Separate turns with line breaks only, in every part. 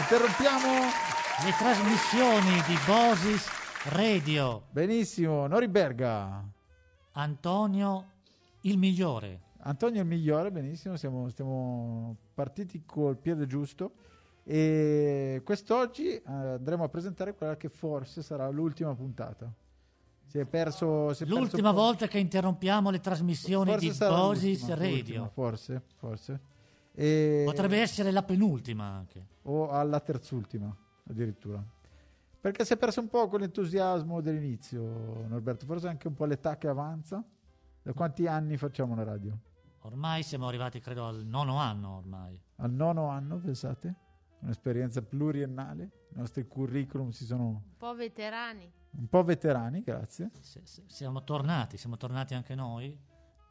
Interrompiamo.
Le trasmissioni di Bosis Radio.
Benissimo, Nori Berga.
Antonio il migliore.
Antonio è il migliore, benissimo, siamo, stiamo partiti col piede giusto e quest'oggi eh, andremo a presentare quella che forse sarà l'ultima puntata. Si è perso... si è perso
L'ultima
po-
volta che interrompiamo le trasmissioni
forse
di
sarà
Bosis
l'ultima,
Radio.
l'ultima, forse, forse. E-
Potrebbe essere la penultima anche.
o alla terzultima addirittura. Perché si è perso un po' quell'entusiasmo dell'inizio, Norberto, forse anche un po' l'età che avanza. Da quanti anni facciamo la radio?
Ormai siamo arrivati, credo, al nono anno ormai.
Al nono anno, pensate? Un'esperienza pluriennale, i nostri curriculum si sono
Un po' veterani.
un po' veterani, grazie.
Se- se- siamo tornati, siamo tornati anche noi.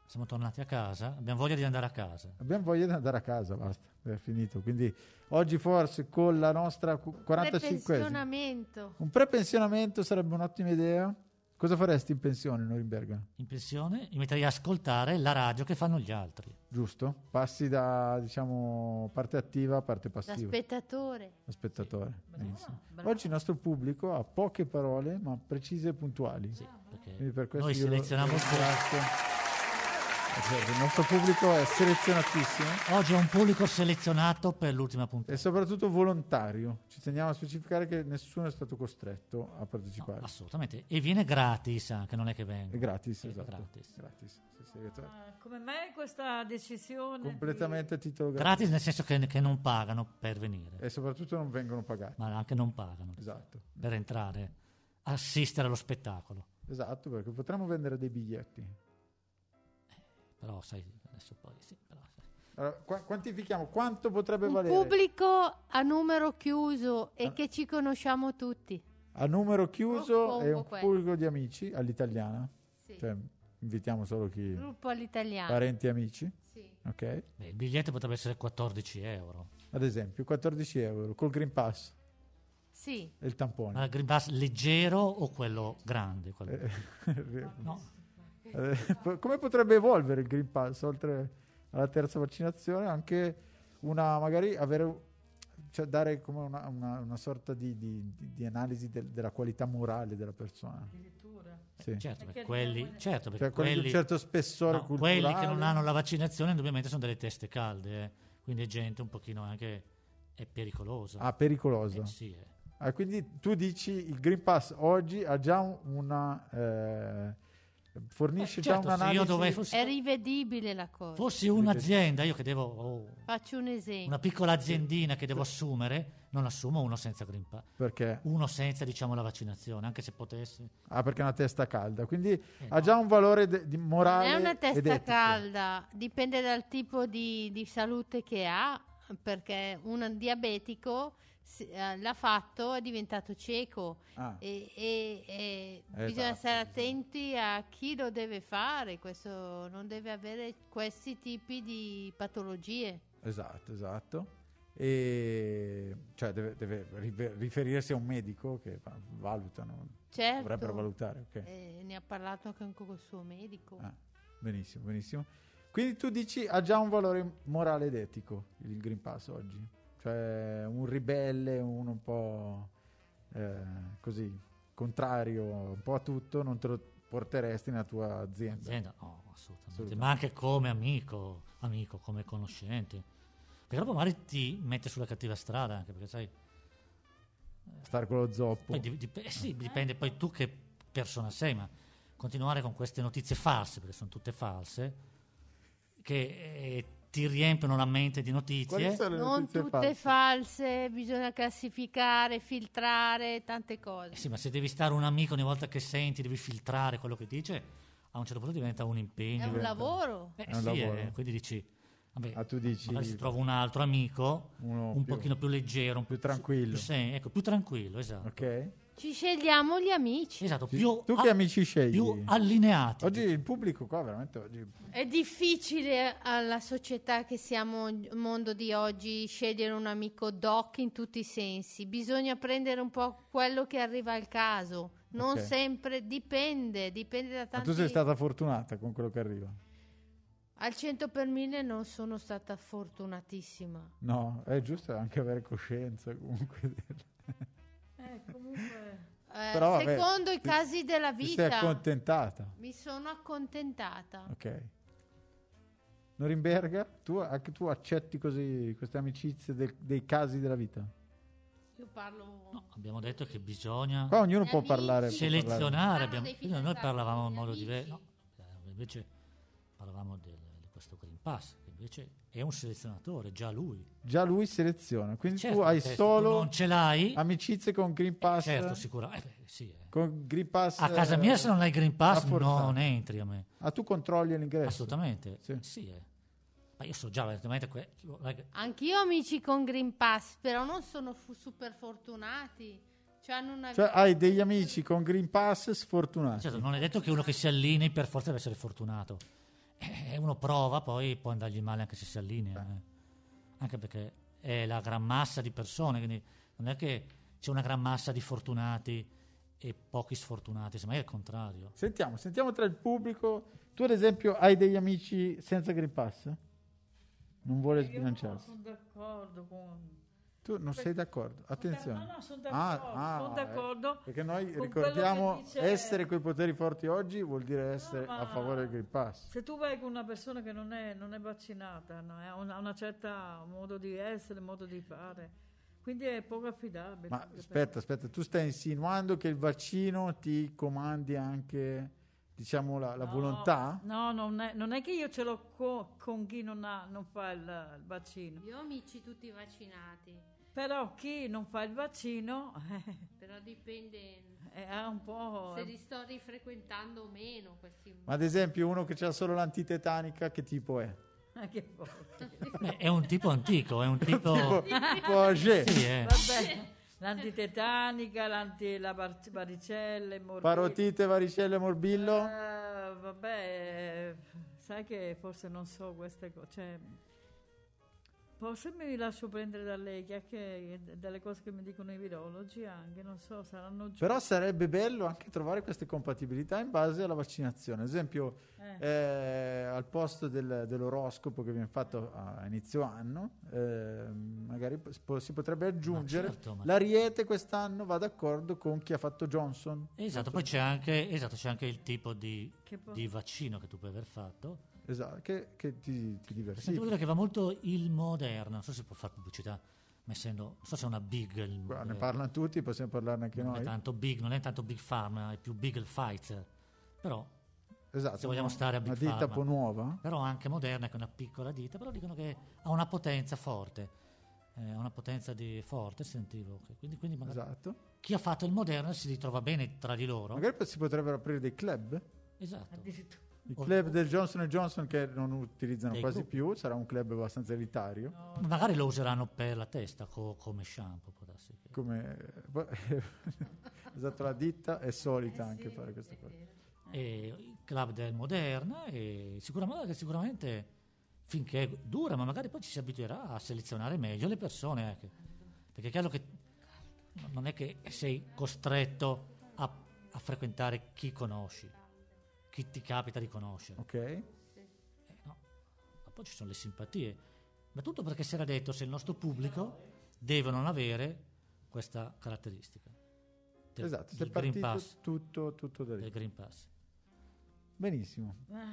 Siamo tornati a casa. Abbiamo voglia di andare a casa.
Abbiamo voglia di andare a casa, basta, è finito. Quindi oggi forse con la nostra
Pensionamento.
45 un prepensionamento sarebbe un'ottima idea. Cosa faresti in pensione, Norimberga?
In pensione mi metterei a ascoltare la radio che fanno gli altri.
Giusto? Passi da diciamo parte attiva a parte
da
passiva,
spettatore.
da spettatore. Benissimo.
Ah,
Oggi il nostro pubblico ha poche parole, ma precise e puntuali.
Sì, perché
Quindi per questo
noi
io Ah, lo-
selezioniamo
lo
il pubblico.
ringrazio. Certo, Il nostro pubblico è selezionatissimo
Oggi è un pubblico selezionato per l'ultima puntata.
e soprattutto volontario. Ci teniamo a specificare che nessuno è stato costretto a
No,
partecipare.
assolutamente. E viene gratis anche, non è che venga.
è gratis,
È
esatto.
gratis.
Gratis, sì, sì, esatto.
Ah, Come mai questa decisione?
Completamente a titolo gratis.
Gratis nel senso che, che non pagano per venire,
E soprattutto non vengono pagati.
ma anche non pagano
Eh. Esatto.
per entrare, assistere allo spettacolo.
Esatto, perché potremmo vendere dei biglietti.
Però sai, adesso poi sì, però, sai.
Allora, qua- quantifichiamo quanto potrebbe
Un
valere
pubblico a numero chiuso e
Ah.
che ci conosciamo tutti.
a numero chiuso
Un po'
e un
quello.
pubblico di amici all'italiana.
eh. Sì.
Cioè, invitiamo solo chi
Gruppo all'italiano.
parenti e amici,
Sì.
ok?
Beh, il biglietto potrebbe essere 14 euro.
Ad esempio, 14 euro col Green Pass
Sì.
e il
Ma
tampone.
il Green Pass leggero o quello grande? Quello- No,
Eh, po- Come potrebbe evolvere il Green Pass oltre alla terza vaccinazione? Anche una magari avere cioè dare come una, una- una sorta di, di- di- di analisi del- della qualità morale della persona.
Addirittura.
Sì.
certo,
Perché
perché quelli,
abbiamo-
certo, perché
Cioè, quelli di un
quelli-
certo spessore
no,
culturale.
quelli che non hanno la vaccinazione indubbiamente sono delle teste calde, eh. quindi è gente un pochino anche è pericolosa.
Ah, pericoloso.
Eh, sì, eh.
Ah, quindi tu dici il Green Pass oggi ha già un- una... eh, fornisce
Eh,
già
certo, se
un'analisi...
io dovrei- fossi,
È rivedibile la cosa.
fossi un'azienda, io che devo ho
Faccio un esempio.
una piccola aziendina che devo assumere, non assumo uno senza Green Pass,
Perché?
uno senza diciamo la vaccinazione, anche se potessi.
Ah, perché è una testa calda. Quindi
Eh,
ha già un valore de- di
Non
morale
è una
ed
testa
etico.
calda, dipende dal tipo di, di salute che ha, perché un diabetico si- eh, l'ha fatto, è diventato cieco.
Ah,
E, e- e
Esatto,
bisogna stare
bisogna.
attenti a chi lo deve fare, questo non deve avere questi tipi di patologie.
Esatto, esatto. E cioè deve, deve rive- riferirsi a un medico che va- valutano,
Certo,
dovrebbero valutare, ok?
eh, ne ha parlato anche con il suo medico.
Ah, benissimo, benissimo. Quindi tu dici ha già un valore morale ed etico il Green Pass oggi, cioè un ribelle, uno un po' eh, così contrario un po' a tutto, non te lo porteresti nella tua azienda.
Azienda? No, assolutamente.
Assolutamente.
Ma anche come amico, amico, come conoscente. Perché dopo magari ti mette sulla cattiva strada, anche perché sai,
Stare con lo zoppo.
poi dip- dip- eh sì, dipende poi tu che persona sei, ma continuare con queste notizie false, perché sono tutte false, che eh, ti riempiono la mente di notizie.
sono
Non
notizie
tutte false.
false?
bisogna classificare, filtrare, tante
Eh
cose.
sì, ma se devi stare un amico ogni volta che senti, devi filtrare quello che dice, a un certo punto diventa un impegno.
È un
diventa-
lavoro.
Eh
È un
sì,
lavoro.
eh, quindi dici, vabbè,
Ah, tu dici
magari si trova un altro amico,
uno
un
più-
pochino più leggero, un
più
po'
tranquillo.
più, sen- ecco, più tranquillo, esatto.
Ok?
Ci scegliamo gli amici.
Esatto, più,
tu che amici scegli?
più allineati.
Oggi il pubblico qua veramente oggi
È difficile alla società che siamo, il mondo di oggi, scegliere un amico doc in tutti i sensi. Bisogna prendere un po' quello che arriva al caso. Non
Ok.
sempre, dipende, dipende da
Ma
tanti...
tu sei stata fortunata con quello che arriva.
Al 100 per 1000 non sono stata fortunatissima.
No, è giusto anche avere coscienza comunque.
Eh, comunque...
Eh,
Però, vabbè,
secondo
ti-
i casi della
Ti sei
vita,
accontentata.
mi sono accontentata.
Ok. Norimberga, tu, anche tu accetti così queste amicizie del- dei casi della vita? Eh.
Io parlo.
No, abbiamo detto che bisogna
Qua ognuno
Gli
può
amici.
parlare. può parlare.
selezionare.
Parlano
abbiamo-
dei
quindi noi
fidanzati,
parlavamo in
degli
modo
amici.
diverso. invece parlavamo del, di questo Green Pass, che invece è un selezionatore, già lui.
Già lui seleziona, quindi
Certo,
tu hai
se
solo
non ce l'hai,
amicizie con Green Pass.
certo, sicuramente. eh, beh, sì, eh.
Con Green Pass
A casa mia, se non hai Green Pass,
rafforzato.
non entri a me.
Ah, tu controlli l'ingresso?
Assolutamente.
Sì.
Sì, eh. Ma io so già, veramente, que- guarda che-
Anch'io ho amici con Green Pass, però non sono fu- super fortunati. Cioè, hanno una
Cioè
vita-
hai degli amici con Green Pass sfortunati.
certo, non è detto che uno che si allinei per forza deve essere fortunato. Eh, uno prova, poi può andargli male anche se si allinea. eh. Anche perché è la gran massa di persone, quindi non è che c'è una gran massa di fortunati e pochi sfortunati, semmai è il contrario.
Sentiamo, sentiamo tra il pubblico. Tu ad esempio hai degli amici senza Green Pass? Non vuole
Io no,
sbilanciarsi.
sono d'accordo con...
Tu non sei d'accordo, attenzione. Ah,
No, no, sono d'accordo, sono
eh,
d'accordo
perché noi
con
ricordiamo
quello che dice-
essere coi poteri forti oggi vuol dire essere
ma-
a favore del Green Pass.
Se tu vai con una persona che non è, non è vaccinata, no, ha una, ha una certa modo di essere, modo di fare, quindi è poco affidabile.
Ma aspetta, aspetta, tu stai insinuando che il vaccino ti comandi anche, diciamo, la, la
No,
volontà?
No, non è, non è che io ce l'ho co- con chi non, ha- non fa il, il vaccino,
Io ho amici tutti vaccinati,
però chi non fa il vaccino eh,
però dipende
eh, ha un po'...
se li sto rifrequentando o meno questi.
Ma ad esempio uno che ha solo l'antitetanica, che tipo è?
eh, che porca.
Beh, è un tipo antico, eh. è un tipo...
Tipo, tipo Auger,
Sì, eh.
Vabbè, l'antitetanica, l'anti, la bar- varicelle, morbillo.
parotite, varicelle, morbillo.
Eh, vabbè, eh, sai che forse non so queste cose. Cioè, forse mi lascio prendere dalle chiacchiere, dalle cose che mi dicono i virologi anche, non so, saranno giù.
Però sarebbe bello anche trovare queste compatibilità in base alla vaccinazione. Ad esempio,
Eh.
eh, al posto del- dell'oroscopo che viene fatto a a inizio anno, eh, magari po- spo- si potrebbe aggiungere
certo, ma-
l'ariete quest'anno va d'accordo con chi ha fatto Johnson.
Esatto, poi c'è anche, esatto, c'è anche il tipo di,
Che po-
di vaccino che tu puoi aver fatto.
Esatto, che, che ti, ti
Sentivo
diversifica.
dire che va molto il Moderna, non so se può fare pubblicità, ma essendo, non so se è una big... il
Guarda,
Moderna.
ne parlano tutti, possiamo parlarne anche
eh, non, è
noi.
tanto big, non è tanto Big Pharma, è più Big Pfizer. Però,
Esatto,
se vogliamo
una-
stare a Big
una ditta
Pharma.
un po' nuova.
però anche Moderna, che è una piccola ditta, però dicono che ha una potenza forte, eh, ha una potenza di forte, sentivo. che- Quindi, quindi magari
Esatto.
chi ha fatto il Moderna si ritrova bene tra di loro.
Magari poi si potrebbero aprire dei club.
eh,
Esatto.
Addirittura.
Il
O-
club del Johnson Johnson che non utilizzano
Dei
quasi
gruppi.
più, sarà un club abbastanza elitario.
Magari lo useranno per la testa co- come shampoo, può darsi che-
Come esatto, la ditta è solita anche fare queste cose.
E il club del Moderna e sicuramente, sicuramente finché dura, ma magari poi ci si abituerà a selezionare meglio le persone anche. Perché è chiaro che non è che sei costretto a, a frequentare chi conosci, chi ti capita di conoscere.
Ok?
Eh, no. Ma poi ci sono le simpatie. Ma tutto perché si era detto se il nostro pubblico deve non avere questa caratteristica. Del,
esatto, si è
del Green
partito
Pass.
tutto, tutto da
Del
lì.
Green Pass.
Benissimo.
ah,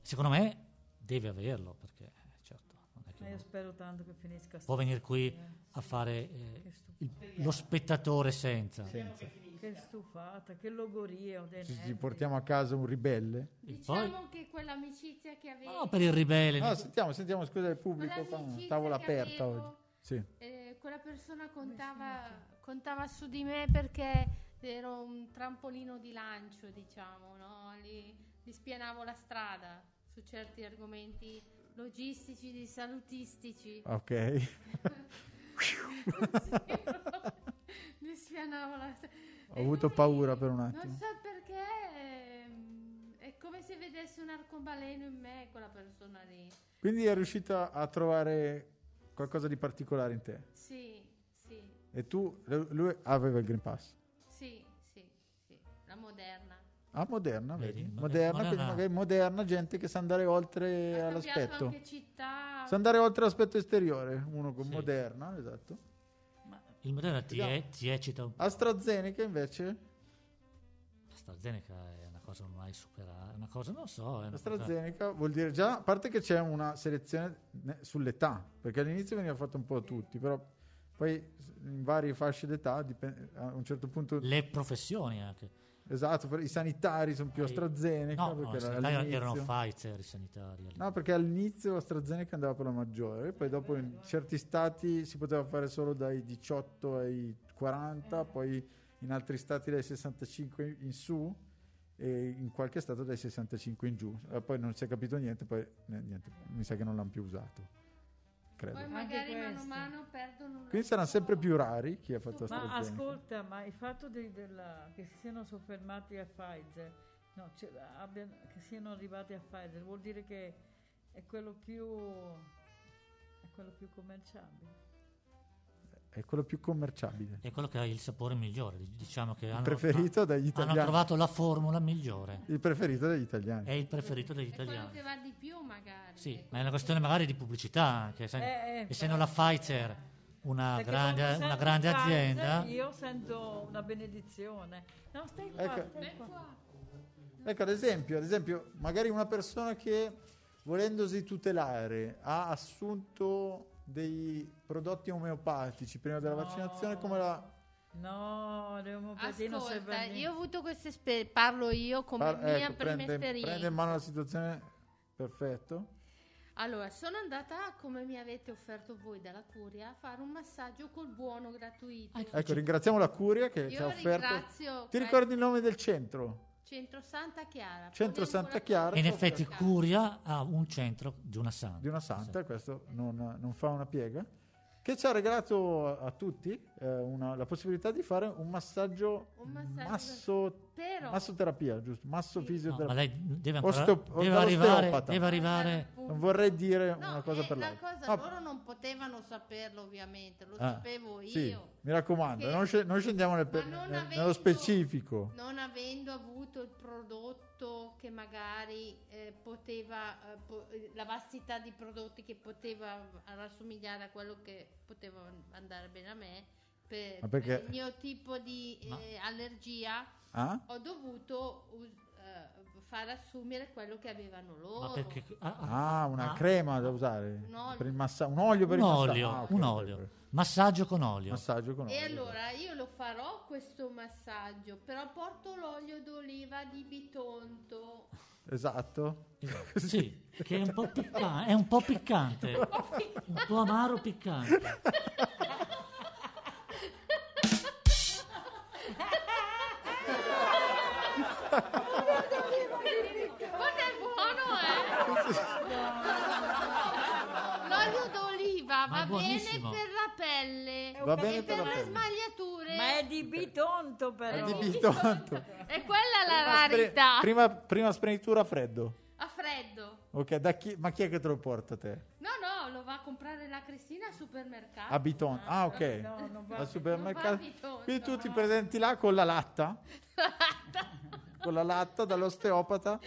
Secondo me deve averlo perché eh, certo, non è che
Ma io
uno
spero tanto che finisca
può
sta-
venire qui a fare eh,
Che, stu-
il- lo spettatore senza.
Senza.
che stufata, che logoria. ho dei
Ci, ci
nervi.
portiamo a casa un ribelle.
Diciamo che quell'amicizia che avevo.
Ma no, per il ribelle.
No, Ah, sentiamo, sentiamo, scusa il pubblico,
Quella
qua,
amicizia
tavola
che
aperta
avevo.
oggi. Sì.
Eh, quella persona contava, contava su di me perché ero un trampolino di lancio, diciamo, no? Li, li spianavo la strada su certi argomenti logistici, di salutistici.
Ok.
li spianavo la strada.
Ho avuto paura per un attimo.
Non so perché ehm, è come se vedesse un arcobaleno in me quella persona lì.
Quindi è riuscita a trovare qualcosa di particolare in te.
Sì, sì,
E tu, lui aveva il Green Pass.
sì, sì, sì. La moderna.
Ah, moderna, vedi?
Vedi?
Moderna,
Moderna.
quindi magari moderna, gente che sa andare oltre
Ha cambiato
all'aspetto.
anche città.
Sa andare oltre l'aspetto esteriore, uno con
Sì.
moderna, esatto.
Il moderno ti,
Vediamo.
è- ti eccita un po'.
AstraZeneca invece?
Eh, AstraZeneca è una cosa ormai superata, è una cosa, non so, è una cosa-
AstraZeneca vuol dire già, a parte che c'è una selezione ne- sull'età, perché all'inizio veniva fatto un po' a tutti, però poi in varie fasce d'età, dipen- a un certo punto,
le professioni anche.
esatto, per- i sanitari sono più
Eh,
AstraZeneca.
No, no,
perché
i
era
sanitari erano
all'inizio.
Pfizer i sanitari.
No, perché all'inizio AstraZeneca andava per la maggiore, poi dopo in certi stati si poteva fare solo dai 18 ai 40, poi in altri stati dai 65 in su e in qualche stato dai 65 in giù. Eh, Poi non si è capito niente, poi eh, niente, mi sa che non l'hanno più usato,
Poi
credo.
magari
Anche
mano a
questo.
mano perdono. lo
Quindi saranno sempre
scopo.
più rari chi ha fatto
Ma
AstraZeneca.
ascolta, ma il fatto di- della- che si siano soffermati a Pfizer, no, cioè, abbiano- che siano arrivati a Pfizer, vuol dire che è quello più, è quello più commerciabile.
È quello più commerciabile,
È quello che ha il sapore migliore, di- diciamo che hanno,
preferito dagli
ha- hanno
italiani.
trovato la formula migliore.
il preferito dagli italiani.
È il preferito degli
È quello che
italiani.
va di più, magari.
Sì,
Ecco.
ma è una questione magari di pubblicità anche, sai,
Eh, eh,
essendo la Pfizer una
Perché
grande,
quando
una
sento
grande
Pfizer,
azienda,
Io sento una benedizione. No, stai qua,
Ecco.
stai qua.
Ecco, ad esempio, ad esempio, magari una persona che volendosi tutelare ha assunto dei prodotti omeopatici prima della
No.
vaccinazione, come la...
No, devo un pochino
Ascolta,
sebbene-
io ho avuto queste esperienze, parlo io come
par-
mia
ecco,
prima
prende,
esperienza.
prende in mano la situazione, perfetto.
Allora, sono andata come mi avete offerto voi dalla curia a fare un massaggio col buono gratuito.
Ecco,
Ecco, ringraziamo la Curia che Eh, ci ha
Io
offerto...
ringrazio eh.
Ti
que-
ricordi il nome del centro?
Centro Santa Chiara.
Centro Santa Chiara.
in
Ecco,
effetti
perché-
Curia ha un centro di una santa.
Di una santa, questo non, non fa una piega, che ci ha regalato a, a tutti eh, una- la possibilità di fare un massaggio,
Un massaggio-
masso
Però
Massoterapia, giusto? Masso
Sì.
No, ma
fisioterapia.
lei deve, ancora,
Osteo-
deve arrivare,
osteopata.
deve
Eh,
arrivare
non vorrei dire
Eh, No,
una cosa
eh,
per
la
l'altra.
cosa
Ah,
loro non potevano saperlo ovviamente, lo
ah,
sapevo
sì,
io.
Mi raccomando,
Che-
non, sc- non scendiamo nel pe-
Ma non
nel- nello
avendo-
specifico.
Non avendo avuto il prodotto che magari eh, poteva, eh, po- eh, la vastità di prodotti che poteva rassomigliare a quello che poteva andare bene a me, per,
Ma perché-
per il mio tipo di eh,
Ma-
allergia,
Ah?
ho dovuto us- eh, far assumere quello che avevano loro.
ma perché ah, ah,
Ah, una
Ah.
crema da usare
Un olio.
per il massa- un olio per
un
il massaggio.
olio,
Ah, ok,
un
ok,
olio.
ok.
Massaggio con olio.
Massaggio con olio.
E allora io lo farò questo massaggio, però porto l'olio d'oliva di Bitonto.
Esatto.
Esatto. Sì, che è un po' piccante, è un po' piccante, un po' amaro piccante.
Ma è buono, eh! L'olio d'oliva
Ma è
va bene
buonissimo.
per la pelle
Va
ho
bene
e
per
per
la
le
pelle.
smagliature.
Ma è di bitonto
È
però.
di
Bitonto.
Bitonto.
E quella è la
Prima spre-
rarità.
Prima, prima sprenitura a freddo.
A freddo.
Ok, da chi- ma chi è che te lo porta te?
No, no, lo va a comprare la Cristina al supermercato.
A Bitonto. Ah, ok.
No, non va
Al
Eh, Non
supermercato.
va a Bitonto.
Quindi tu ti presenti là con la latta. con la latta dall'osteopata.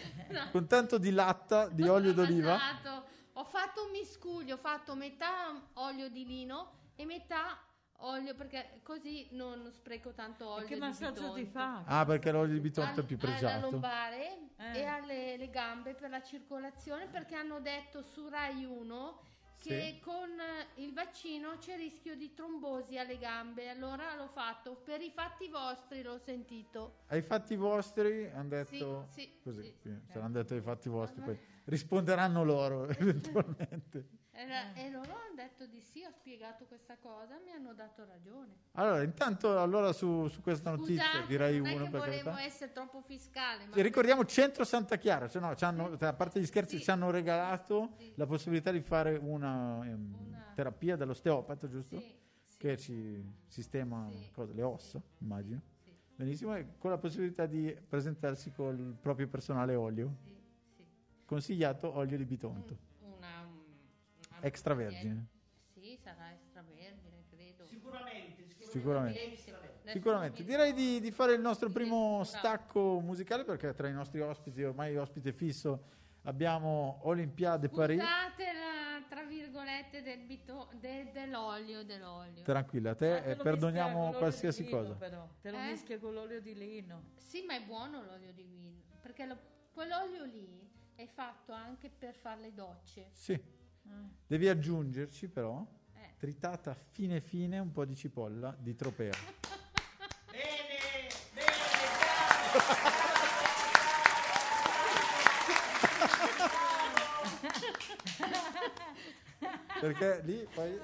Con tanto di latta, di
Ho
olio d'oliva.
avanzato. Ho fatto un miscuglio, ho fatto metà olio di lino e metà olio perché così non spreco tanto olio.
E che
di
massaggio ti
Bitonto.
fa?
Ah, perché l'olio di bitonto è
Al-
più
Alla
pregiato.
lombare
Eh.
e alle le gambe per la circolazione perché hanno detto su Rai 1 che
Sì.
con eh, il vaccino c'è rischio di trombosi alle gambe. Allora l'ho fatto, per i fatti vostri l'ho sentito.
Ai fatti vostri hanno detto
Sì, sì,
così,
sì.
sì, saranno detto ai fatti vostri, poi risponderanno loro eventualmente.
E, la-
Eh.
e loro hanno detto di sì, ho spiegato questa cosa, mi hanno dato ragione.
Allora, intanto allora su, su questa notizia
Scusate,
direi
non è
uno
che
per
volevo
carità.
essere troppo fiscale, ma
E Cioè, ricordiamo Centro Santa Chiara, cioè no, ci hanno- a parte gli scherzi,
Sì.
ci hanno regalato
Sì.
la possibilità di fare una, ehm,
Una-
terapia dell'osteopata, giusto?
sì, sì,
Che ci sistema
Sì.
cosa, le ossa, immagino.
sì,
Benissimo, e con la possibilità di presentarsi con il proprio personale olio.
sì, sì. Mm.
Consigliato olio di bitonto,
Un- una, un- una-
extravergine.
Sì, sa- sarà extravergine, credo.
Sicuramente,
Sicuramente.
sicuramente.
Adesso
Sicuramente,
non mi
direi di,
ricordo.
di fare il nostro
Sì,
primo
bravo.
stacco musicale perché tra i nostri ospiti, ormai ospite fisso, abbiamo Olympiade Paris.
Scusate la tra virgolette del bito- de- dell'olio, dell'olio.
Tranquilla, a te eh,
Ah, te lo mischia con
perdoniamo
l'olio
qualsiasi
di lino,
cosa.
Però. Te lo
Eh?
mischia con l'olio di lino.
Sì, ma è buono l'olio di vino, perché lo- quell'olio lì è fatto anche per fare le docce.
Sì,
Ah.
Eh.
devi aggiungerci però,
Eh.
tritata fine fine, un po' di cipolla di tropea.
Bene, bene, bravo.
perché lì poi...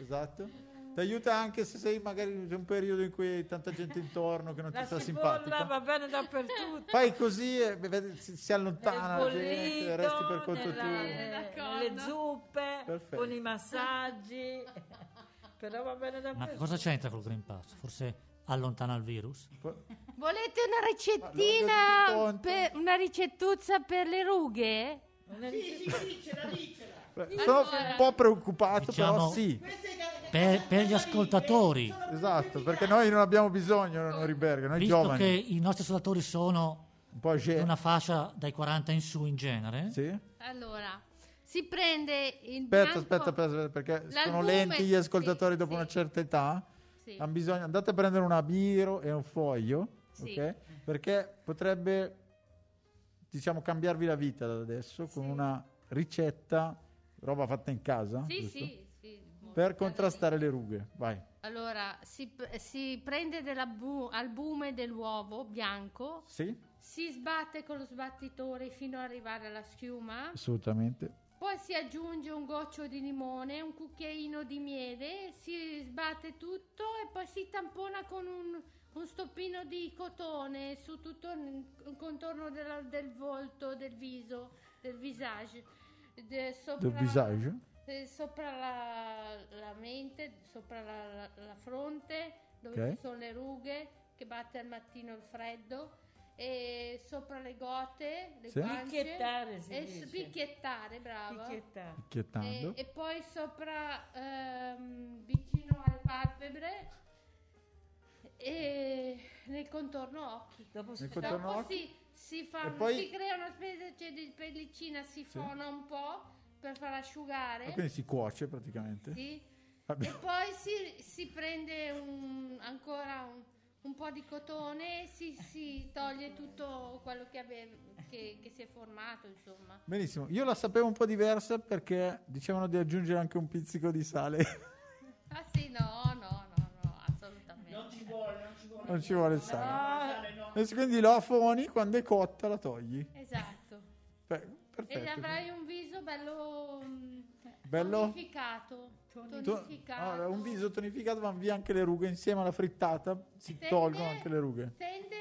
Esatto. Ti aiuta anche se sei magari c'è un periodo in cui hai tanta gente intorno che non ti
La
sta
cipolla
simpatica.
va bene dappertutto.
Fai così e vedi, si, si allontana la
Nel
gente,
bollito,
resti per conto
nella-
tuo.
Eh, d'accordo.
nelle zuppe,
Perfetto.
con i massaggi. Però va bene
Ma
dappertutto.
cosa c'entra col Green Pass? Forse allontana il virus?
Po-
Volete una
Ma l'olio
ricettina,
di tonto.
per, una ricettuzza per le rughe?
Nelle
Sì, sì, dicela, dicela.
Sono un po' preoccupato, però
Diciamo-
sì.
Queste che-
Per-
che-
per gli ascoltatori.
sono per
Esatto,
tutti
perché
gli altri.
noi non abbiamo bisogno, non Riberga, noi
Visto
giovani,
che i nostri ascoltatori sono
un po' ge-
di una fascia dai 40 in su in genere,
Sì?
Allora, si prende il
Aspetta,
bianco-
aspetta, aspetta, aspetta, perché sono
L'albume-
lenti gli ascoltatori
sì,
dopo
sì.
una certa età,
Sì.
hanno bisogno, andate a prendere una biro e un foglio,
Sì.
ok? Perché potrebbe, diciamo, cambiarvi la vita da adesso con
Sì.
una ricetta, roba fatta in casa,
Sì,
giusto?
sì, sì, molto
Per
bella
contrastare le rughe, vai.
lì. Allora, si, p- si prende dell'albume dell'uovo bianco,
Sì?
si sbatte con lo sbattitore fino ad arrivare alla schiuma,
Assolutamente.
poi si aggiunge un goccio di limone, un cucchiaino di miele, si sbatte tutto e poi si tampona con un, un stoppino di cotone su tutto il il contorno della- del volto, del viso, del visage. de-
Del
sopra-
visage.
eh, sopra la, la mente, sopra la, la- la fronte, dove
Ok.
ci sono le rughe che batte al mattino il freddo, e sopra le gote, le
Sì.
guance,
Picchiettare si
e
dice.
s- picchiettare, brava.
Picchiettare.
Picchiettando.
Eh, E, e poi sopra, ehm, vicino alle palpebre, e nel contorno occhi.
Dopo
Nel
si
contorno-
Dopo
occhi.
si, si, fa-
E poi-
si crea una specie cioè, di pellicina, si fona un po' per far asciugare.
Ah, Quindi si cuoce praticamente.
Eh? Sì. E
Vabbè.
poi si, si prende un- ancora un, un po' di cotone e si, si toglie tutto quello che, ave- che- che si è formato, insomma.
Benissimo, io la sapevo un po' diversa perché dicevano di aggiungere anche un pizzico di sale.
Ah sì, no, no, no, no, assolutamente.
Non ci vuole, non ci vuole.
non ci vuole il sale.
Ah,
vuole. No.
E Quindi la affoni, quando è cotta la togli.
Esatto.
Beh,
Ed
perfetto.
avrai un viso bello mm,
Bello?
tonificato.
To-
Toni-
tonificato.
Allora, un viso tonificato vanno via anche le rughe insieme alla frittata, si
Tende-
tolgono anche le rughe.
Tende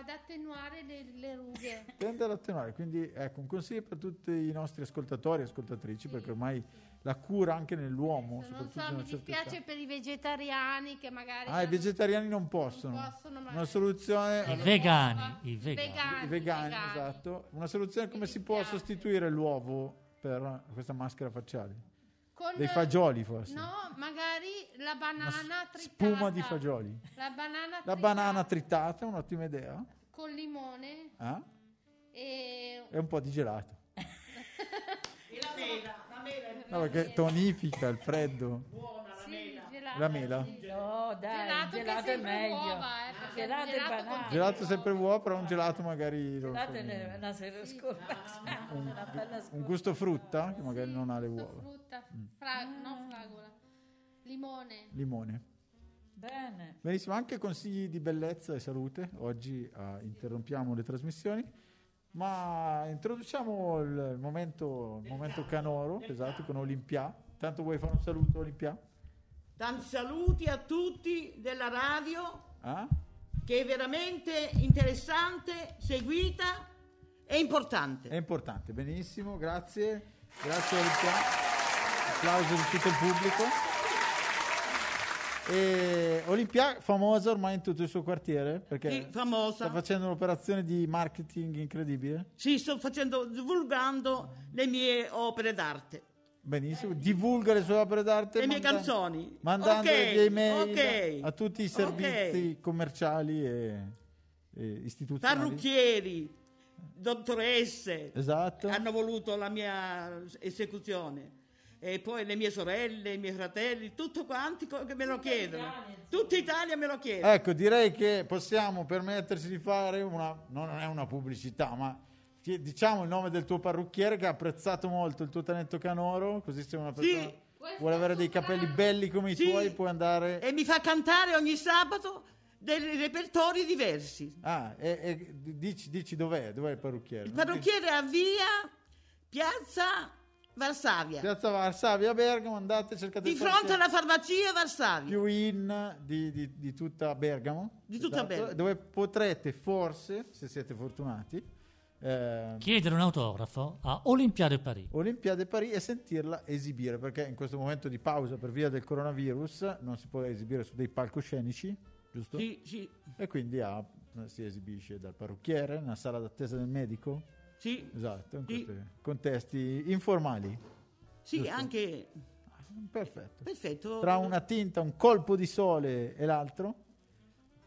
ad attenuare le, le rughe.
Tende ad attenuare, quindi ecco un consiglio per tutti i nostri ascoltatori e ascoltatrici,
Sì,
perché ormai
sì.
la cura anche nell'uomo,
Adesso Non
soprattutto
so,
in
mi
una certa
dispiace
età.
per i vegetariani che magari...
Ah, i
hanno-
vegetariani non possono.
non possono ma-
Una soluzione...
I vegani,
I
i vegani.
vegani,
vegani,
vegani.
esatto. Una soluzione come
Mi
si può
dispiace.
sostituire l'uovo per questa maschera facciale?
Con,
Dei fagioli forse.
No, magari la banana tritata.
Spuma di fagioli.
La banana
La
tritata
banana tritata, un'ottima idea.
con limone
eh?
e
E un po' di gelato.
E la mela, la mela,
No, perché tonifica il freddo.
buona la
sì,
mela.
gelato.
La mela?
sì.
No, dai,
Gelato,
il gelato
che
è
è sempre
meglio.
uova, eh, perché il
Gelato e
gelato
banane.
contiene
Gelato
uova.
sempre uovo, però un gelato magari... non lo so,
Guardate, ne- una sera scorsa. Una bella
un
scorsa.
gusto frutta che magari
Sì,
non ha le
gusto
uova. Mm.
Frutta, fra- non fragola. Limone.
Limone.
Bene.
Benissimo, anche consigli di bellezza e salute. Oggi eh, interrompiamo le trasmissioni, ma introduciamo il il momento, il momento canoro, esatto, con Olimpia. Tanto vuoi fare un saluto, Olimpia?
Tanti saluti a tutti della radio
Ah?
che è veramente interessante, seguita e importante.
È importante, benissimo, grazie. Grazie Olimpia. Applauso di tutto il pubblico. E Olimpia famosa ormai in tutto il suo quartiere perché
Sì,
sta
famosa.
facendo un'operazione di marketing incredibile.
Sì, sto facendo, divulgando le mie opere d'arte.
Benissimo, divulga le sue opere d'arte.
le mie
manda-
canzoni.
Mandando
Ok,
le email
ok,
a tutti i
ok.
servizi commerciali e, e istituzionali.
Parrucchieri, dottoresse,
Esatto.
hanno voluto la mia esecuzione. E poi le mie sorelle, i miei fratelli, tutto quanti co- che me lo chiedono. Tutta Italia me lo chiede.
Ecco, direi che possiamo permetterci di fare una, no, non è una pubblicità, ma che- diciamo il nome del tuo parrucchiere che ha apprezzato molto il tuo talento canoro, così se una persona vuole avere dei capelli belli come i
Sì.
tuoi puoi andare...
E mi fa cantare ogni sabato dei repertori diversi.
Ah, e, e dici, dici dov'è, dov'è il parrucchiere?
Il parrucchiere a via Piazza Varsavia,
Piazza Varsavia, Bergamo, andate, cercate
di
il
fronte
parrucchiere
alla farmacia Varsavia.
più in di, di- di tutta Bergamo. Esatto.
Di tutta Bergamo.
Dove potrete forse, se siete fortunati, eh,
Chiedere un autografo a Olimpiade Parigi.
Olimpiade Parigi e sentirla esibire, perché in questo momento di pausa per via del coronavirus non si può esibire su dei palcoscenici, giusto?
Sì, sì,
E quindi ha- si esibisce dal parrucchiere, nella sala d'attesa del medico,
sì,
esatto, in
Sì.
questi contesti informali.
sì, anche
Perfetto.
Ah, perfetto.
Tra una tinta, un colpo di sole e l'altro,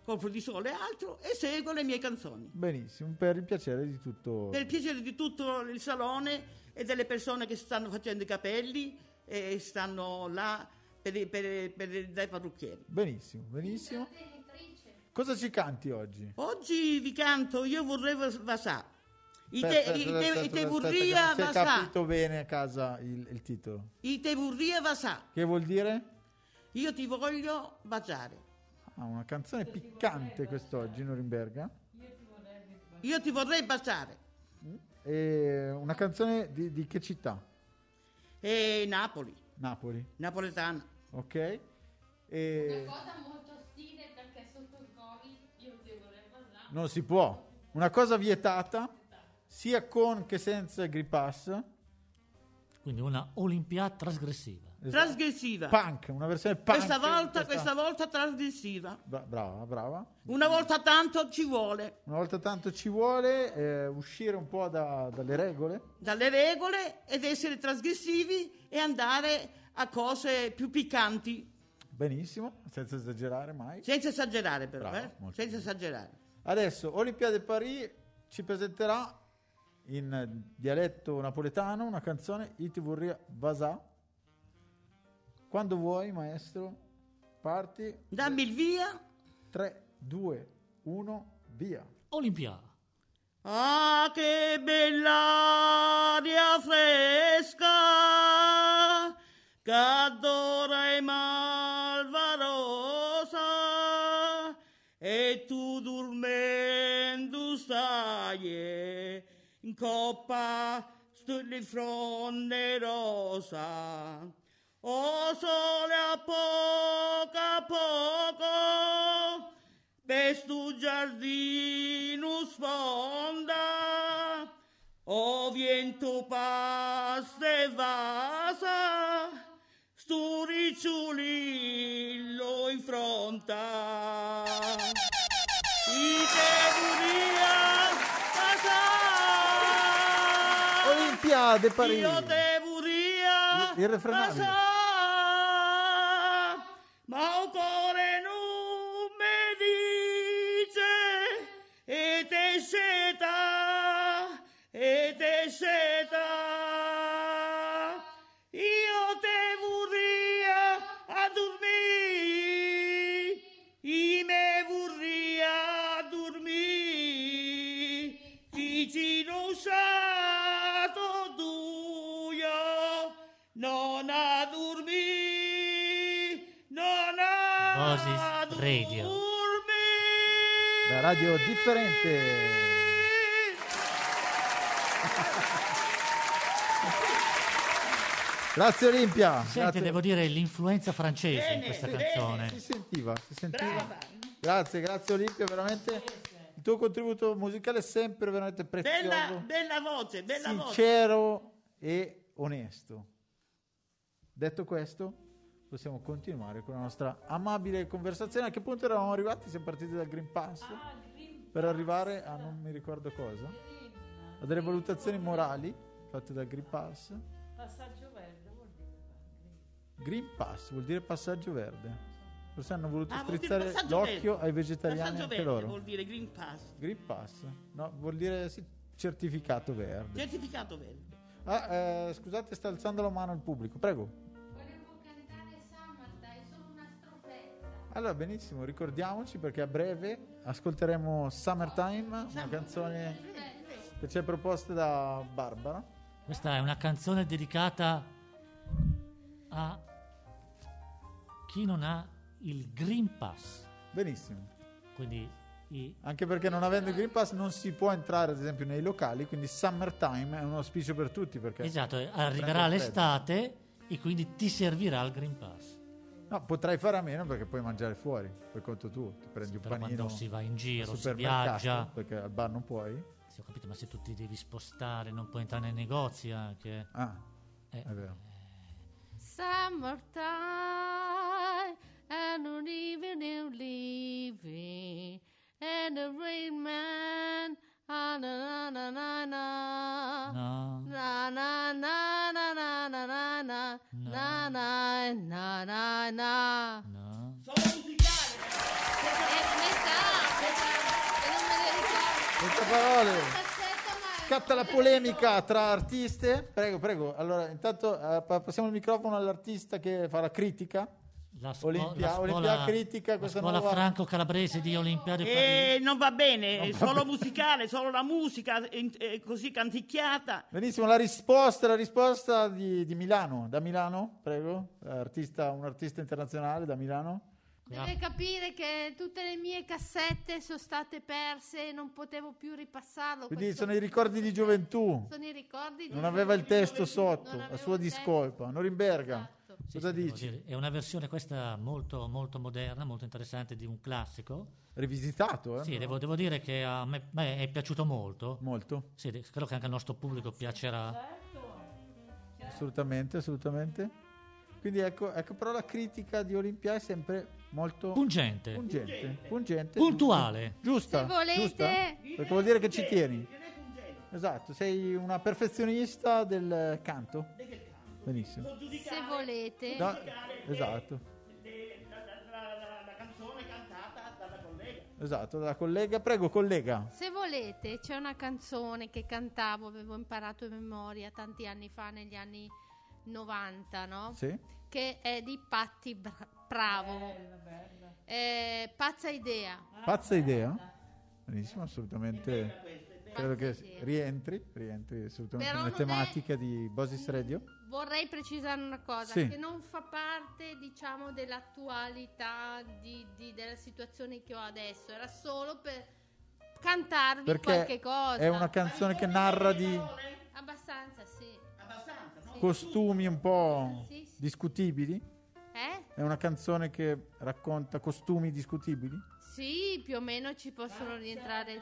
colpo di sole e altro e seguo le mie canzoni.
benissimo, per il piacere di tutto.
Per il piacere di tutto il salone e delle persone che stanno facendo i capelli e stanno là per, i- per- per- dai parrucchieri.
Benissimo, benissimo. Cosa ci canti oggi?
Oggi vi canto Io vorrei vas- vasà. I te,
Aspetta,
i te-
aspetta,
i te
aspetta, aspetta, che
vorria
non si è
vasà.
capito bene a casa il- il titolo.
I te vorria vasà.
Che vuol dire?
Io ti voglio baciare.
Ah, una canzone piccante quest'oggi, Norimberga.
Io ti vorrei baciare.
E una canzone di, di che città?
E Napoli,
Napoli,
napoletana.
Esatto. ok? E
Una cosa molto ostile perché sotto il Covid io devo parlare.
non si può. Una cosa vietata, sia con che senza il Green Pass.
Quindi una Olimpiade trasgressiva.
Esatto.
Trasgressiva.
Punk, una versione punk.
Questa volta, questa volta trasgressiva.
Bra- brava, brava.
Una volta tanto ci vuole.
Una volta tanto ci vuole eh, uscire un po' da- dalle regole.
Dalle regole ed essere trasgressivi e andare a cose più piccanti.
Benissimo, senza esagerare mai.
Senza esagerare però,
Bravo,
eh?
molto
Senza
bene.
esagerare.
Adesso Olimpiade Paris ci presenterà in dialetto napoletano una canzone Io ti vorrei Vasà. Quando vuoi, maestro, parti
Dammi il via.
3, 2, 1, via.
Olimpiade.
Ah, che bell'aria fresca che addora e malvarosa e tu dormendo stai eh, in coppa sulle fronde rosa. O sole a poco a poco per tu giardino sfonda, o vento passa e vasa, stu ricciulillo in fronta. I teoria passa,
Olimpiade Paris.
io te vorria
Il- il refrenabile.
basar, ma il cuore non mi dice e te seta, e te seta. Io te vorria a dormire, io me vorria a dormire, vicino stato tuo, non a dormire, non a
Oasis Radio.
dormire.
La radio differente. Grazie Olimpia.
Senti,
grazie.
devo dire l'influenza francese in
Bene,
questa
bene.
canzone.
Si sentiva, si sentiva.
Brava.
Grazie, grazie Olimpia, veramente il tuo contributo musicale è sempre veramente prezioso.
Bella, bella voce, bella voce.
sincero e onesto. Detto questo, possiamo continuare con la nostra amabile conversazione. A che punto eravamo arrivati? Siamo partiti dal Green Pass
Ah,
per arrivare a non mi ricordo cosa, a delle valutazioni morali fatte dal Green Pass.
Passaggio verde, vuol
Green Pass vuol dire passaggio verde. Forse hanno voluto
Ah, vuol dire
strizzare
passaggio
l'occhio
verde.
ai vegetariani
Passaggio
anche
verde
loro.
vuol dire Green Pass.
Green Pass? No, vuol dire sì, certificato verde.
Certificato verde.
Ah, eh, scusate, sta alzando la mano il pubblico. Prego.
Volevo cantare Samarda, è solo una strofetta.
Allora, benissimo, ricordiamoci perché a breve ascolteremo Summertime, una canzone che ci è proposta da Barbara.
Questa è una canzone dedicata a chi non ha il Green Pass.
Benissimo.
Quindi i-
Anche perché non avendo il Green Pass non si può entrare, ad esempio, nei locali, quindi Summertime è un auspicio per tutti perché
esatto, eh,
prende
arriverà
il
l'estate e quindi ti servirà il Green Pass.
No, potrai fare a meno perché puoi mangiare fuori, per conto tuo, ti prendi un
Però
panino
quando si va in giro,
al
si
supermercato,
viaggia.
perché al bar non puoi.
Sì, ho capito, ma se tu ti devi spostare, non puoi entrare nei negozi anche.
Ah,
Eh,
è vero.
Summertime, I don't even know leaving. And the rain man, ah, na na na na na.
No.
Na na na na na na na na na na na na na.
No.
Solo musicale.
Eh, metà, metà. E non me ne ricordo.
Senza parole!
Aspetta, ma-
Scatta la polemica tra artiste. Prego, prego. Allora, intanto eh, pa- passiamo il microfono all'artista che fa la critica.
La, scu-
Olimpia-
la scuola,
Olimpia critica questa
la scuola
nuova-
franco-calabrese di Olimpiade Parigi.
Eh, non va bene, è solo musicale, solo la musica eh, eh, così canticchiata.
Benissimo, la risposta, la risposta di, di Milano. Da Milano, prego. Artista- un artista internazionale da Milano.
Deve capire che tutte le mie cassette sono state perse e non potevo più ripassarlo.
Quindi
Questo-
sono i ricordi di gioventù.
sono i ricordi. di-
Non aveva il testo
Non
sotto,
avevo
a sua
il testo.
discolpa. Norimberga,
Esatto.
Sì,
cosa
sì, devo
dici?
dire, È una versione questa molto, molto moderna, molto interessante di un classico.
Rivisitato, eh?
Sì, devo, devo dire che a me, me è piaciuto molto.
Molto,
Sì, de- credo che anche al nostro pubblico
Ah.
piacerà.
Certo.
assolutamente, assolutamente. Quindi ecco, ecco, però la critica di Olimpia è sempre molto
Pungente,
pungente, pungente.
puntuale.
Giusta,
Se volete-
giusta, perché vuol Eh, dire che
Eh,
ci tieni. Esatto, sei una perfezionista del canto. Benissimo.
Se volete,
No, esatto,
La, la- la- la- la canzone cantata dalla collega.
esatto, la collega, prego collega.
se volete, c'è una canzone che cantavo, avevo imparato a memoria tanti anni fa, negli anni 90, no?
Sì?
Che è di Patti Bra- Bravo. Eh, pazza idea.
Pazza idea. Benissimo, assolutamente. Credo che rientri, rientri assolutamente
Però
nella
non è-
tematica di Bosis Radio.
Vorrei precisare una cosa
Sì.
che non fa parte, diciamo, dell'attualità di, di- della situazione che ho adesso, era solo per cantarvi
Perché
qualche cosa.
è una canzone che narra di
Abbastanza, sì.
Abbastanza, no?
costumi un po'
Sì, sì.
discutibili.
Eh?
È una canzone che racconta costumi discutibili.
Sì, più o meno ci possono rientrare
eh,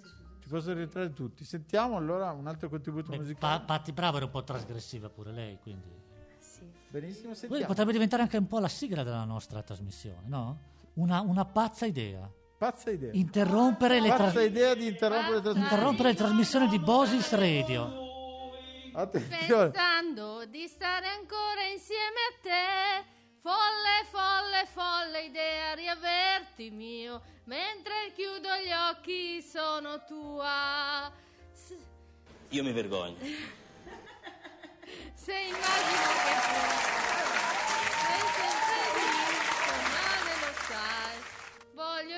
tutti.
Ci possono rientrare tutti. Sentiamo allora un altro contributo
Beh,
musicale.
Eh, Pa- Patti Bravo era un po' trasgressiva pure lei, quindi...
Sì.
Benissimo,
Quindi
sentiamo.
potrebbe diventare anche un po' la sigla della nostra trasmissione, no? Una, una pazza idea.
Pazza idea.
Interrompere le, tra-
Pazza idea di interrompere le trasmissioni.
interrompere le trasmissioni di Bosis Radio.
Attenzione.
Pensando di stare ancora insieme a te, folle, folle, folle idea, riaverti mio, mentre chiudo gli occhi sono tua. S-
Io mi vergogno.
se immagino che tu sei sempre lì, male lo sai, voglio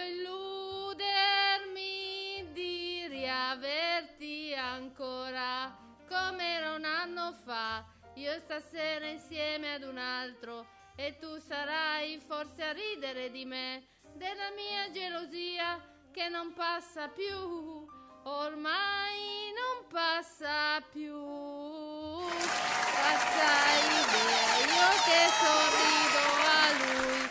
illudermi di riaverti ancora come era un anno fa, io stasera insieme ad un altro e tu sarai forse a ridere di me, della mia gelosia che non passa più, ormai non passa più. Passa idea, io che sorrido a lui,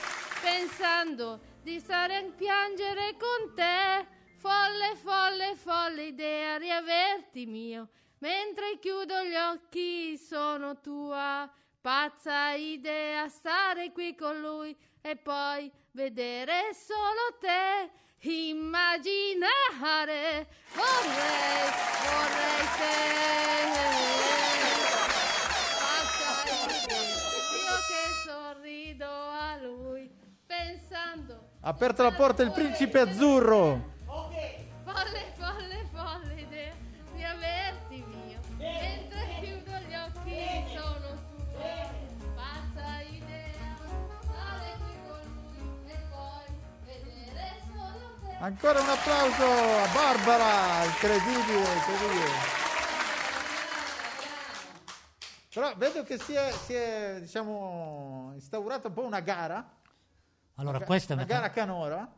pensando di stare a piangere con te. Folle, folle, folle idea, riaverti mio, mentre chiudo gli occhi sono tua. Pazza idea, stare qui con lui e poi vedere solo te. Immaginare, vorrei, vorrei te. Basta, io che
Aperta la porta il principe azzurro.
Folle, folle, folle idea di averti mio. Mentre chiudo gli occhi sono tu. Pazza idea, stare qui con lui e poi vedere solo te.
Ancora un applauso a Barbara, incredibile, incredibile. Però vedo che si è, si è, diciamo, instaurata un po' una gara,
Allora, questa è
una
una
gara canora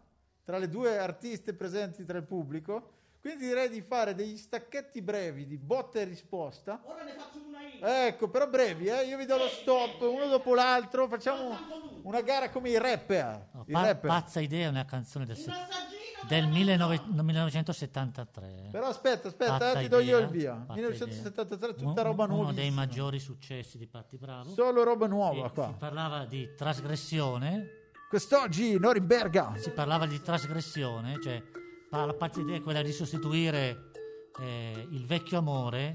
tra le due artiste presenti tra il pubblico. Quindi direi di fare degli stacchetti brevi di botta e risposta.
Ora ne faccio una io.
Ecco, però brevi, eh. Io vi do lo stop uno dopo l'altro. Facciamo una gara come i rapper.
no,
I
pa-
rapper.
Pazza idea è una canzone del, se-
Un assaggino
del
della
19 1973.
Però aspetta, aspetta,
Pazza
eh, ti do io
idea,
il via.
pazza
1973,
idea.
tutta
Un-
roba nuova.
Uno dei maggiori successi di Patti Bravo.
Solo roba
E
nuova
Si
qua.
parlava di trasgressione,
Quest'oggi Norimberga.
si parlava di trasgressione, cioè pa- la pazza idea è quella di sostituire eh, il vecchio amore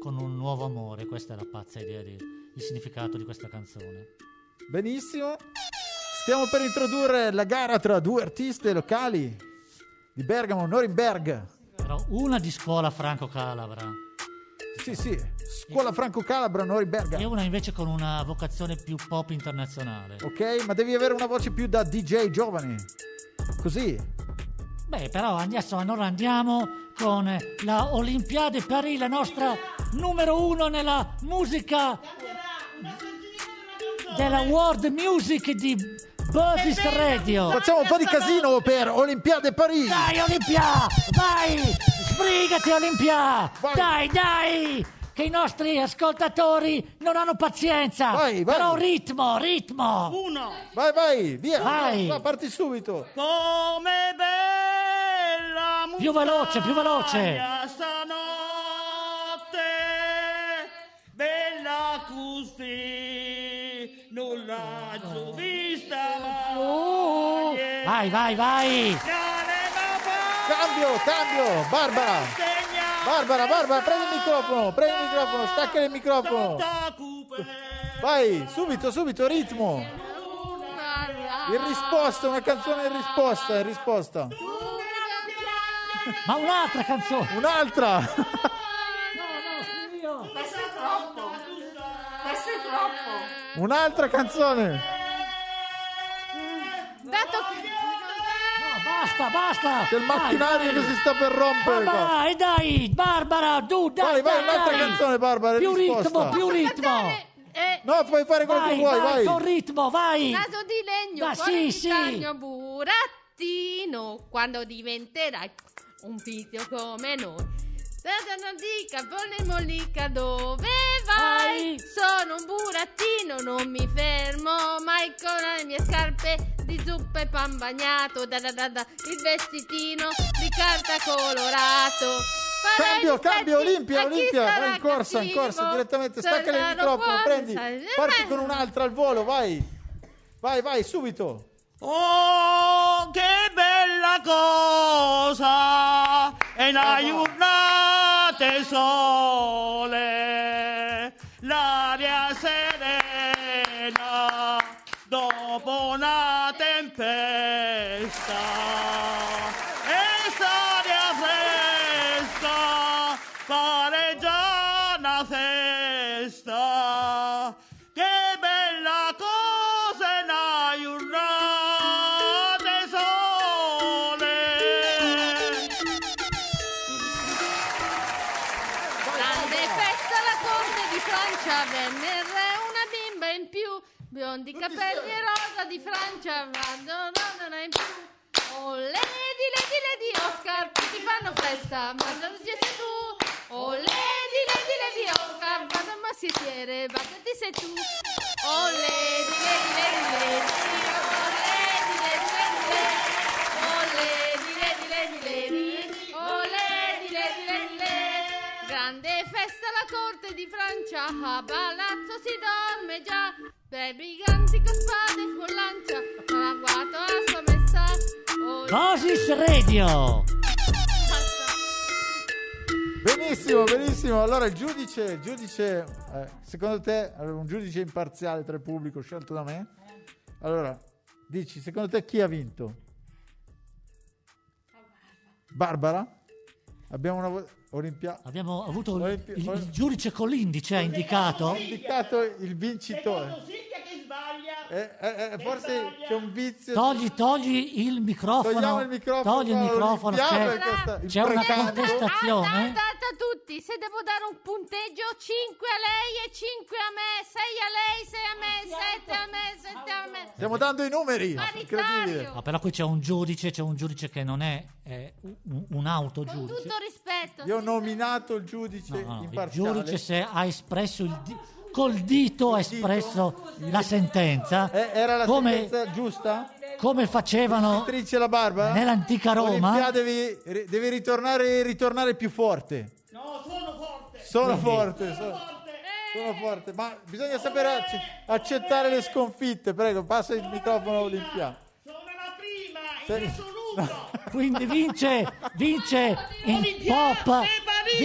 con un nuovo amore. Questa è la pazza idea, di- il significato di questa canzone.
Benissimo. Stiamo per introdurre la gara tra due artiste locali di Bergamo, Norimberg.
Però una di scuola Franco Calabra
Sì, sì, scuola Franco Calabra, Norimberga.
e una invece con una vocazione più pop internazionale.
Ok, ma devi avere una voce più da DJ giovane. Così.
Beh, però adesso allora andiamo con eh, la Olimpiade Paris, la nostra numero uno nella musica della World Music di Burgess Radio.
Facciamo un po' di casino per Olimpiade Parigi.
Dai Olimpia, vai, sbrigati Olimpia,
Vai.
dai, dai, che i nostri ascoltatori non hanno pazienza.
Vai, vai.
Però ritmo, ritmo.
Uno.
Vai, vai, via.
Vai.
Va, parti subito.
Come bella
Più veloce, più veloce.
montagna Stanotte bella così non l'ha giù vista
Oh.
Uh.
mai.
Vai, vai, vai.
Cambio, cambio. Barbara. Barbara, Barbara, prendi il microfono, prendi il microfono, stacca il microfono. Vai, subito, subito, ritmo. In risposta, una canzone in risposta, in risposta.
Ma un'altra canzone.
Un'altra.
Questo è troppo! Questo è troppo!
Un'altra canzone.
Dato che...
Basta, basta!
C'è il macchinario che si sta per rompere qua.
Dai, dai, Barbara, tu, dai,
Vai, vai,
dai,
un'altra
dai.
canzone, Barbara, in
Più
risposta.
ritmo, più ritmo!
Eh,
No, puoi fare quello che
Vai,
vuoi,
vai,
vai.
con ritmo, vai!
Naso di legno,
Ma
cuore
sì,
di
sì.
stagno, burattino, quando diventerai un figlio come noi. Dada non dica, bolle mollica, dove vai?
Vai.
Sono un burattino, non mi fermo mai con le mie scarpe di zuppa e pan bagnato. Da da da da, il vestitino di carta colorato. Farei
Cambio,
gli specchi
cambio, Olimpia,
a chi
Olimpia,
sarà
vai in corsa, in
cattivo.
corsa, direttamente, stacca il
Tornano
microfono,
fuori,
prendi,
eh,
sai-
parti con un'altra al volo, vai. Vai, vai, subito.
Oh, che bella cosa! E la giornata è sole, l'aria serena, dopo una tempesta. E l'aria fresca, pare già una festa. Che bella cosa è la giornata è sole.
Grande festa alla corte di Francia, venne il re una bimba in più, biondi capelli e rosa di Francia, vanno non in più. Oh lady, lady, lady, Oscar, ti fanno festa, ma non siete tu. Oh lady, lady, lady, Oscar, vado al maschettiere, battiti sei tu. Oh lady, lady, lady, lady, oh lady, lady, lady, lady. Oh lady, lady, lady, lady, oh lady, lady, lady, lady. Grande festa alla corte di Francia, a palazzo si dorme già, per briganti con spade e con lancia, traguato la sua messa. Oh,
Cosis Radio!
Benissimo, benissimo. Allora, il giudice, il giudice eh, secondo te, allora, un giudice imparziale tra il pubblico scelto da me? Allora, dici, secondo te chi ha vinto? Barbara? Abbiamo una vo- Olimpia...
Abbiamo avuto il,
Volenti-
il-
vol-
il giudice Colindice ha indicato.
Ha indicato il vincitore.
Secondo Silvia che sbaglia.
Eh, eh, eh, forse c'è un vizio.
Togli, togli il microfono.
Togliamo il microfono.
Togli il microfono.
Olimpia,
C'è,
perché sta- il
c'è una
precario-
contestazione.
Atta,
Stazione?
atta, atta tutti, se devo dare un punteggio 5 a lei e 5 a me, 6 a lei, 6 a me, 7 a me, 7 a me.
Stiamo dando i numeri. Incredibile.
Paritario.
Ah, però qui c'è un giudice, c'è un giudice che non è, è un, un
Con
autogiudice.
tutto rispetto.
Io ho
sì.
nominato il giudice
No, no, il
imparziale.
giudice se ha espresso il di- col dito ha espresso la sentenza
Eh, era la
come,
sentenza giusta?
come facevano
Attrice la barba?
nell'antica
Olimpia
Roma
devi, ri- devi ritornare, ritornare più forte.
No, sono forte.
Sono
Quindi-
forte. Sono, sono forte. Ma bisogna sapere acce- accettare le sconfitte. Prego, passa il microfono a Olimpia.
Sono la prima
Se-
in assoluto.
quindi vince vince il
Olimpia
pop
e Parigi.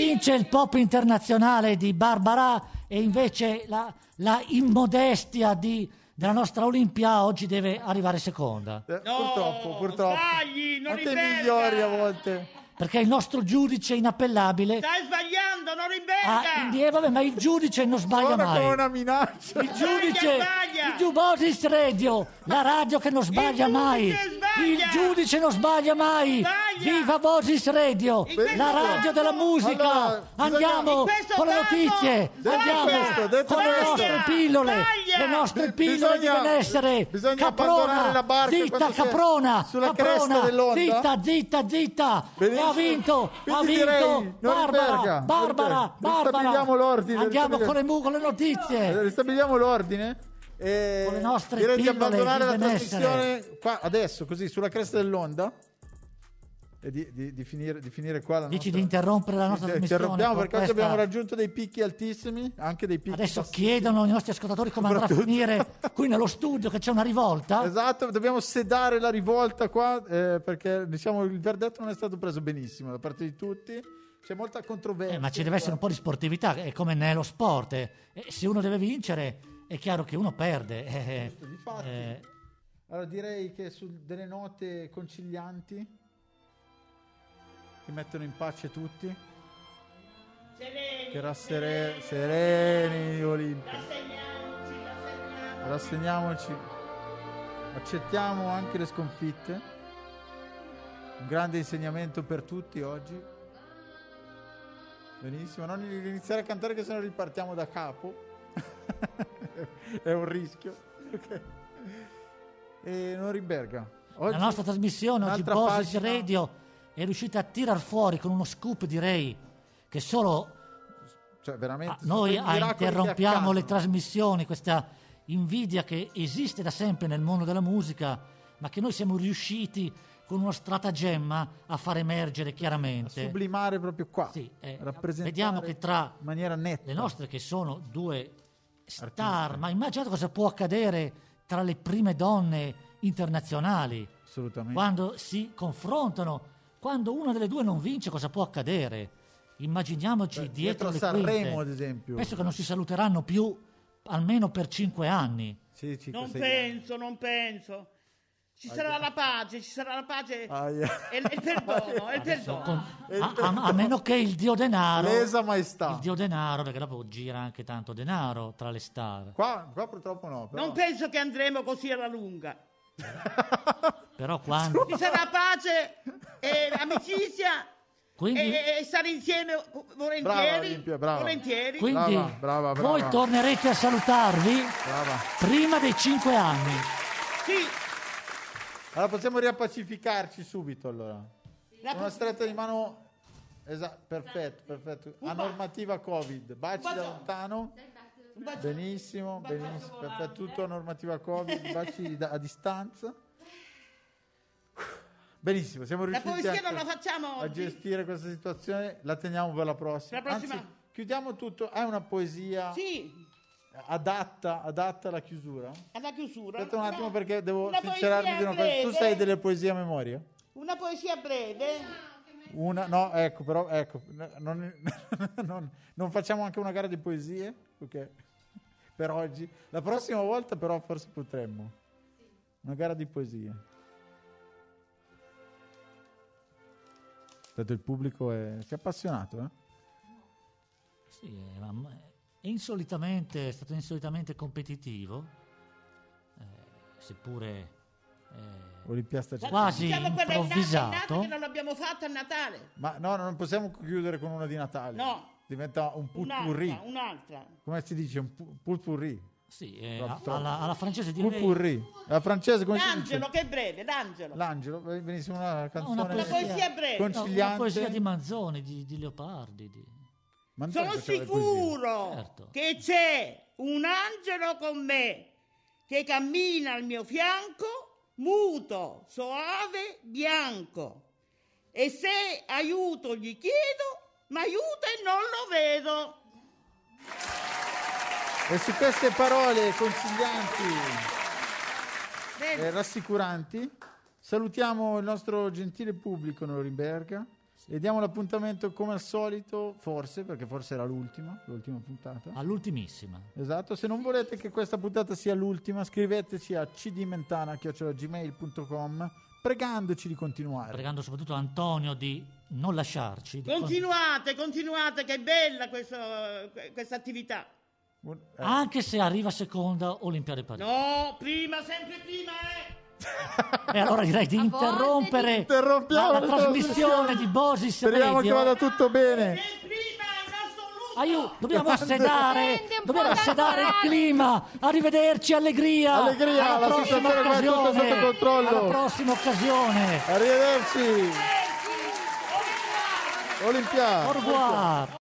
vince il pop internazionale di Barbara e invece la, la immodestia di- della nostra Olimpia oggi deve arrivare seconda
Eh,
No,
purtroppo, purtroppo.
sbagli, non
Anche i
riperda.
migliori a volte.
perché il nostro giudice inappellabile
Stai sbagliando, non
ha,
rimberga.
eh, vabbè, ma il giudice non sbaglia
Suona come
mai
una minaccia.
Il giudice,
sbaglia!
il Giubotis Radio, la radio che non sbaglia
giudice
mai.
sbaglia!
Il giudice non sbaglia mai.
Sbaglia!
Viva Bosis Radio,
questo
la radio
caso-
della musica.
Allora, bisogna-
Andiamo
In questo
con le
caso-
notizie,
Detto
andiamo
questo, detto
con le
questo.
nostre pillole,
Sbaglia!
le nostre
Bi-
pillole
bisogna-
di benessere.
bisogna abbandonare
caprona,
la barca
zitta,
quando si è
caprona,
sulla cresta
caprona,
dell'onda.
zitta, zitta, zitta.
Benissimo.
Ha vinto, ha
Quindi
vinto
direi, non
Barbara,
riperga,
Barbara,
riperga.
Barbara.
Ristabiliamo l'ordine,
Andiamo
ristabiliamo-
con le, mu- con le notizie.
Eh, Ristabiliamo l'ordine. E
Con le nostre
direi di
pillole
abbandonare
di
la
benessere.
trasmissione qua adesso, così sulla cresta dell'onda. E di, di- di finire, di finire qua la nostra-
Dici di interrompere la nostra
Inter-
trasmissione.
interrompiamo
con
perché oggi
questa-
abbiamo raggiunto dei picchi altissimi, anche dei picchi.
Adesso
bassi.
chiedono ai nostri ascoltatori come andrà a finire qui nello studio che c'è una rivolta.
Esatto, dobbiamo sedare la rivolta qua eh, perché diciamo il verdetto non è stato preso benissimo da parte di tutti. C'è molta controversia.
Eh, ma ci deve essere un po' di sportività, è come nello sport. eh, se uno deve vincere, è chiaro che uno perde. eh,
Giusto, difatti.
eh,
Allora direi che su delle note concilianti che mettono in pace tutti,
Sereni,
che rassere- sereni Olimpia.
rassegniamoci, rassegniamoci.
Rassegniamoci. Accettiamo anche le sconfitte. Un grande insegnamento per tutti oggi. Benissimo, non iniziare a cantare che sennò ripartiamo da capo. È un rischio. Ok. E non riberga. Oggi
la nostra trasmissione, oggi
un'altra
Bosis
pagina.
Radio, è riuscita a tirar fuori con uno scoop, direi, che solo
cioè, veramente,
Ah,
sono
noi
quei
ah,
miracoli che
interrompiamo le
accadono.
trasmissioni, questa invidia che esiste da sempre nel mondo della musica, ma che noi siamo riusciti con uno stratagemma a far emergere chiaramente.
sublimare proprio qua.
Sì, eh,
rappresentare
vediamo che tra
in maniera netta
le nostre che sono due star,
Artiste.
ma immaginate cosa può accadere tra le prime donne internazionali
assolutamente.
quando si confrontano, quando una delle due non vince cosa può accadere? Immaginiamoci
Beh,
dietro,
dietro
le
a Sanremo,
quinte.
ad esempio.
Penso che non si saluteranno più almeno per cinque anni.
Sì, cinque,
Non
sei
penso, non penso. Ci sarà la pace, ci sarà la pace
anni. Aia.
e il, il perdono,
Eh,
e il
Adesso,
perdono.
con-
E il
a,
perdono.
a- a meno che il dio denaro,
Lesa
il
maestà.
dio denaro, perché dopo gira anche tanto denaro tra le star.
Qua, qua purtroppo no. Però.
Non penso che andremo così alla lunga.
Però quando,
Ci sarà pace e amicizia
quindi,
e, e stare insieme volentieri.
Olimpia, brava.
volentieri.
quindi
Brava, brava, brava.
voi tornerete a salutarvi
Brava.
prima dei cinque anni.
Sì,
Allora possiamo riappacificarci subito allora.
la
Una stretta di mano esatto, perfetto, perfetto. A normativa Covid, baci da lontano. Benissimo, benissimo, perfetto, tutto a normativa Covid, baci da- a distanza. Benissimo, siamo
La
riusciti
poesia
anche
non la facciamo
a
oggi.
gestire questa situazione, la teniamo per la prossima.
La prossima.
Anzi, chiudiamo tutto, hai una poesia
Sì,
adatta, adatta alla chiusura?
alla chiusura.
Aspetta un attimo perché devo
Una
sincerarmi
poesia
di una cosa. Tu
breve.
sai delle poesie a memoria?
Una poesia breve.
Una, no, ecco, però, ecco, n- non, non- non facciamo anche una gara di poesie, ok? Per oggi. La prossima volta però forse potremmo. Una gara di poesie. stato il pubblico è... si è appassionato, eh?
Sì, eh, ma- ma è, insolitamente, è stato insolitamente competitivo, eh, seppure eh,
Olimpiasta
Guarda,
Quasi
stiamo guardando
improvvisato.
che non l'abbiamo fatto a Natale.
Ma no, non possiamo chiudere con una di Natale.
No.
Diventa un
Un'altra,
putpurri.
un'altra.
Come si dice? Un pu- putpurri.
sì, eh,
Troppo,
a-
troppo.
alla, alla francese direi
Putpurri. La francese come si
L'angelo
dice?
che è breve, l'angelo.
L'angelo, eh, benissimo, una canzone.
La poesia è breve.
no,
Conciliante.
una poesia di Manzoni, di, di Leopardi. di-
Ma non so
Sono
se c'è la poesia.
sicuro
Certo.
che c'è un angelo con me che cammina al mio fianco, muto, soave, bianco. E se aiuto gli chiedo, ma aiuta e non lo vedo.
E su queste parole concilianti
Vedi?
e rassicuranti salutiamo il nostro gentile pubblico Norimberga e diamo l'appuntamento come al solito, forse, perché forse era l'ultima, l'ultima puntata.
All'ultimissima.
Esatto, se non volete che questa puntata sia l'ultima, scriveteci a cdmentana.gmail.com pregandoci di continuare.
Pregando soprattutto Antonio di non lasciarci. di
Continuate, continuate, che è bella questo- questa attività.
Un- eh,
Anche se arriva seconda Olimpiade Parigi.
No, prima, sempre prima, eh!
E allora direi di
A volte
interrompere
interrompiamo
la, la
la
trasmissione
trasmissione.
di Bosis
Speriamo che
Radio.
vada tutto bene.
Sempre prima, in assoluto!
Aiuto, dobbiamo
Grande.
sedare,
Prendi un po'
dobbiamo
dal
sedare il
morale.
clima. Arrivederci, allegria.
Allegria,
alla
la
prossima
situazione qua è tutta
occasione.
sotto controllo.
Alla prossima occasione.
Arrivederci. Olimpiade.
Au revoir.